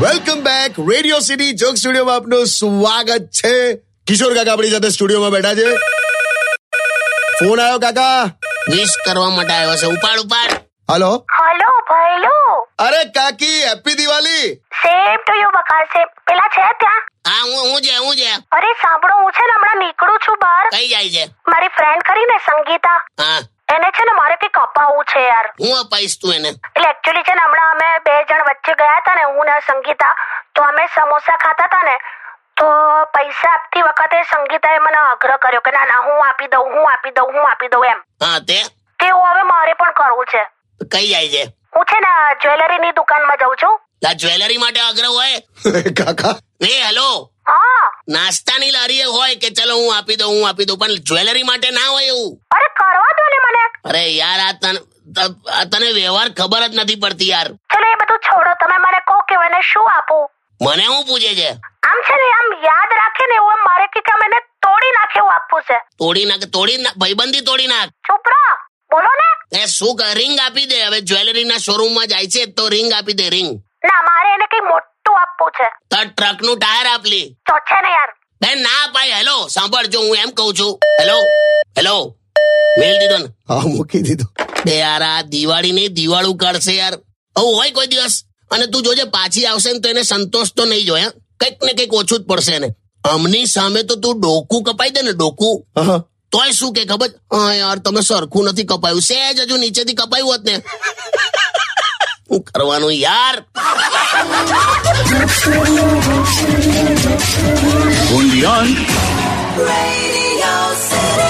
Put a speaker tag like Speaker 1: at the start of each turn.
Speaker 1: Welcome back radio city joke સ્ટુડિયોમાં આપનું સ્વાગત છે કિશોર કાકા આપણી સાથે સ્ટુડિયોમાં બેઠા છે ફોન આવ્યો કાકા
Speaker 2: વિશ કરવા માટે આવ્યો છે ઉપાડ ઉપાડ
Speaker 1: હલો
Speaker 3: હલો ભૈલુ
Speaker 1: અરે કાકી happy Diwali
Speaker 3: same to you બકા સેમ પેલા છે ત્યાં
Speaker 2: હા હું હું છે હું છે
Speaker 3: અરે સાંભળો હું છે ને હમણાં નીકળું છું બહાર
Speaker 2: કઈ જાય છે
Speaker 3: મારી ફ્રેન્ડ કરી ને સંગીતા
Speaker 2: હા
Speaker 3: એને છે ને મારે કંઈક અપાવવું છે યાર
Speaker 2: હું અપાઈશ તું એને
Speaker 3: એટલે એકચ્યુઅલી છે ને હમણાં અમે બે જણ વચ્ચે ગયા હતા ને હું ને સંગીતા તો અમે સમોસા ખાતા હતા ને તો પૈસા આપતી વખતે સંગીતાએ મને આગ્રહ કર્યો કે ના ના હું આપી દઉં હું આપી દઉં હું આપી દઉં એમ
Speaker 2: હા તે
Speaker 3: તેવું હવે મારે પણ કરવું છે
Speaker 2: કઈ જાય છે
Speaker 3: હું છે ને જ્વેલરીની દુકાનમાં જઉં છું
Speaker 2: આ જ્વેલરી માટે આગ્રહ હોય
Speaker 1: કાકા
Speaker 2: એ હેલો
Speaker 3: હા
Speaker 2: નાસ્તાની લારી હોય કે ચલો હું આપી દઉં હું આપી દઉં પણ જ્વેલરી માટે ના હોય એવું
Speaker 3: અરે કરવા દો ને મને
Speaker 2: અરે યાર આ તને ત- આ તને વ્યવહાર ખબર જ નથી પડતી યાર
Speaker 3: ચલો એ બધું છોડો તમે મને કહો કે મને શું આપું
Speaker 2: મને હું પૂછે છે
Speaker 3: આમ છે ને આમ યાદ રાખે ને એવું એમ મારે કે કામ એને તોડી નાખે એવું આપવું છે
Speaker 2: તોડી નાખ તોડી નાખ ભાઈબંધી તોડી નાખ
Speaker 3: ચૂપ રહો બોલો ને
Speaker 2: એ શું કર રિંગ આપી દે હવે જ્વેલરીના શોરૂમમાં જાય છે તો રિંગ આપી દે રિંગ
Speaker 3: ના મારે એને કઈ મોટું આપવું છે
Speaker 2: તો ટ્રકનું ટાયર આપલી
Speaker 3: તો છે ને યાર
Speaker 2: બેન ના પાય હેલો સાંભળ જો હું એમ કહું છું હેલો હેલો મેલ દીધો ને
Speaker 1: હા મૂકી દીધો
Speaker 2: બે યાર આ દિવાળી નહીં દિવાળું કાઢશે યાર આવું હોય કોઈ દિવસ અને તું જોજે પાછી આવશે ને તો એને સંતોષ તો નહીં જોયા કંઈક ને કંઈક ઓછું જ પડશે એને અમની સામે તો તું ડોકું કપાઈ દે ને ડોકું
Speaker 1: હા
Speaker 2: તોય શું કે ખબર હા યાર તમે સરખું નથી કપાયું સહેજ હજુ નીચેથી કપાયું હોત ને શું કરવાનું યાર
Speaker 4: only on
Speaker 5: Radio City.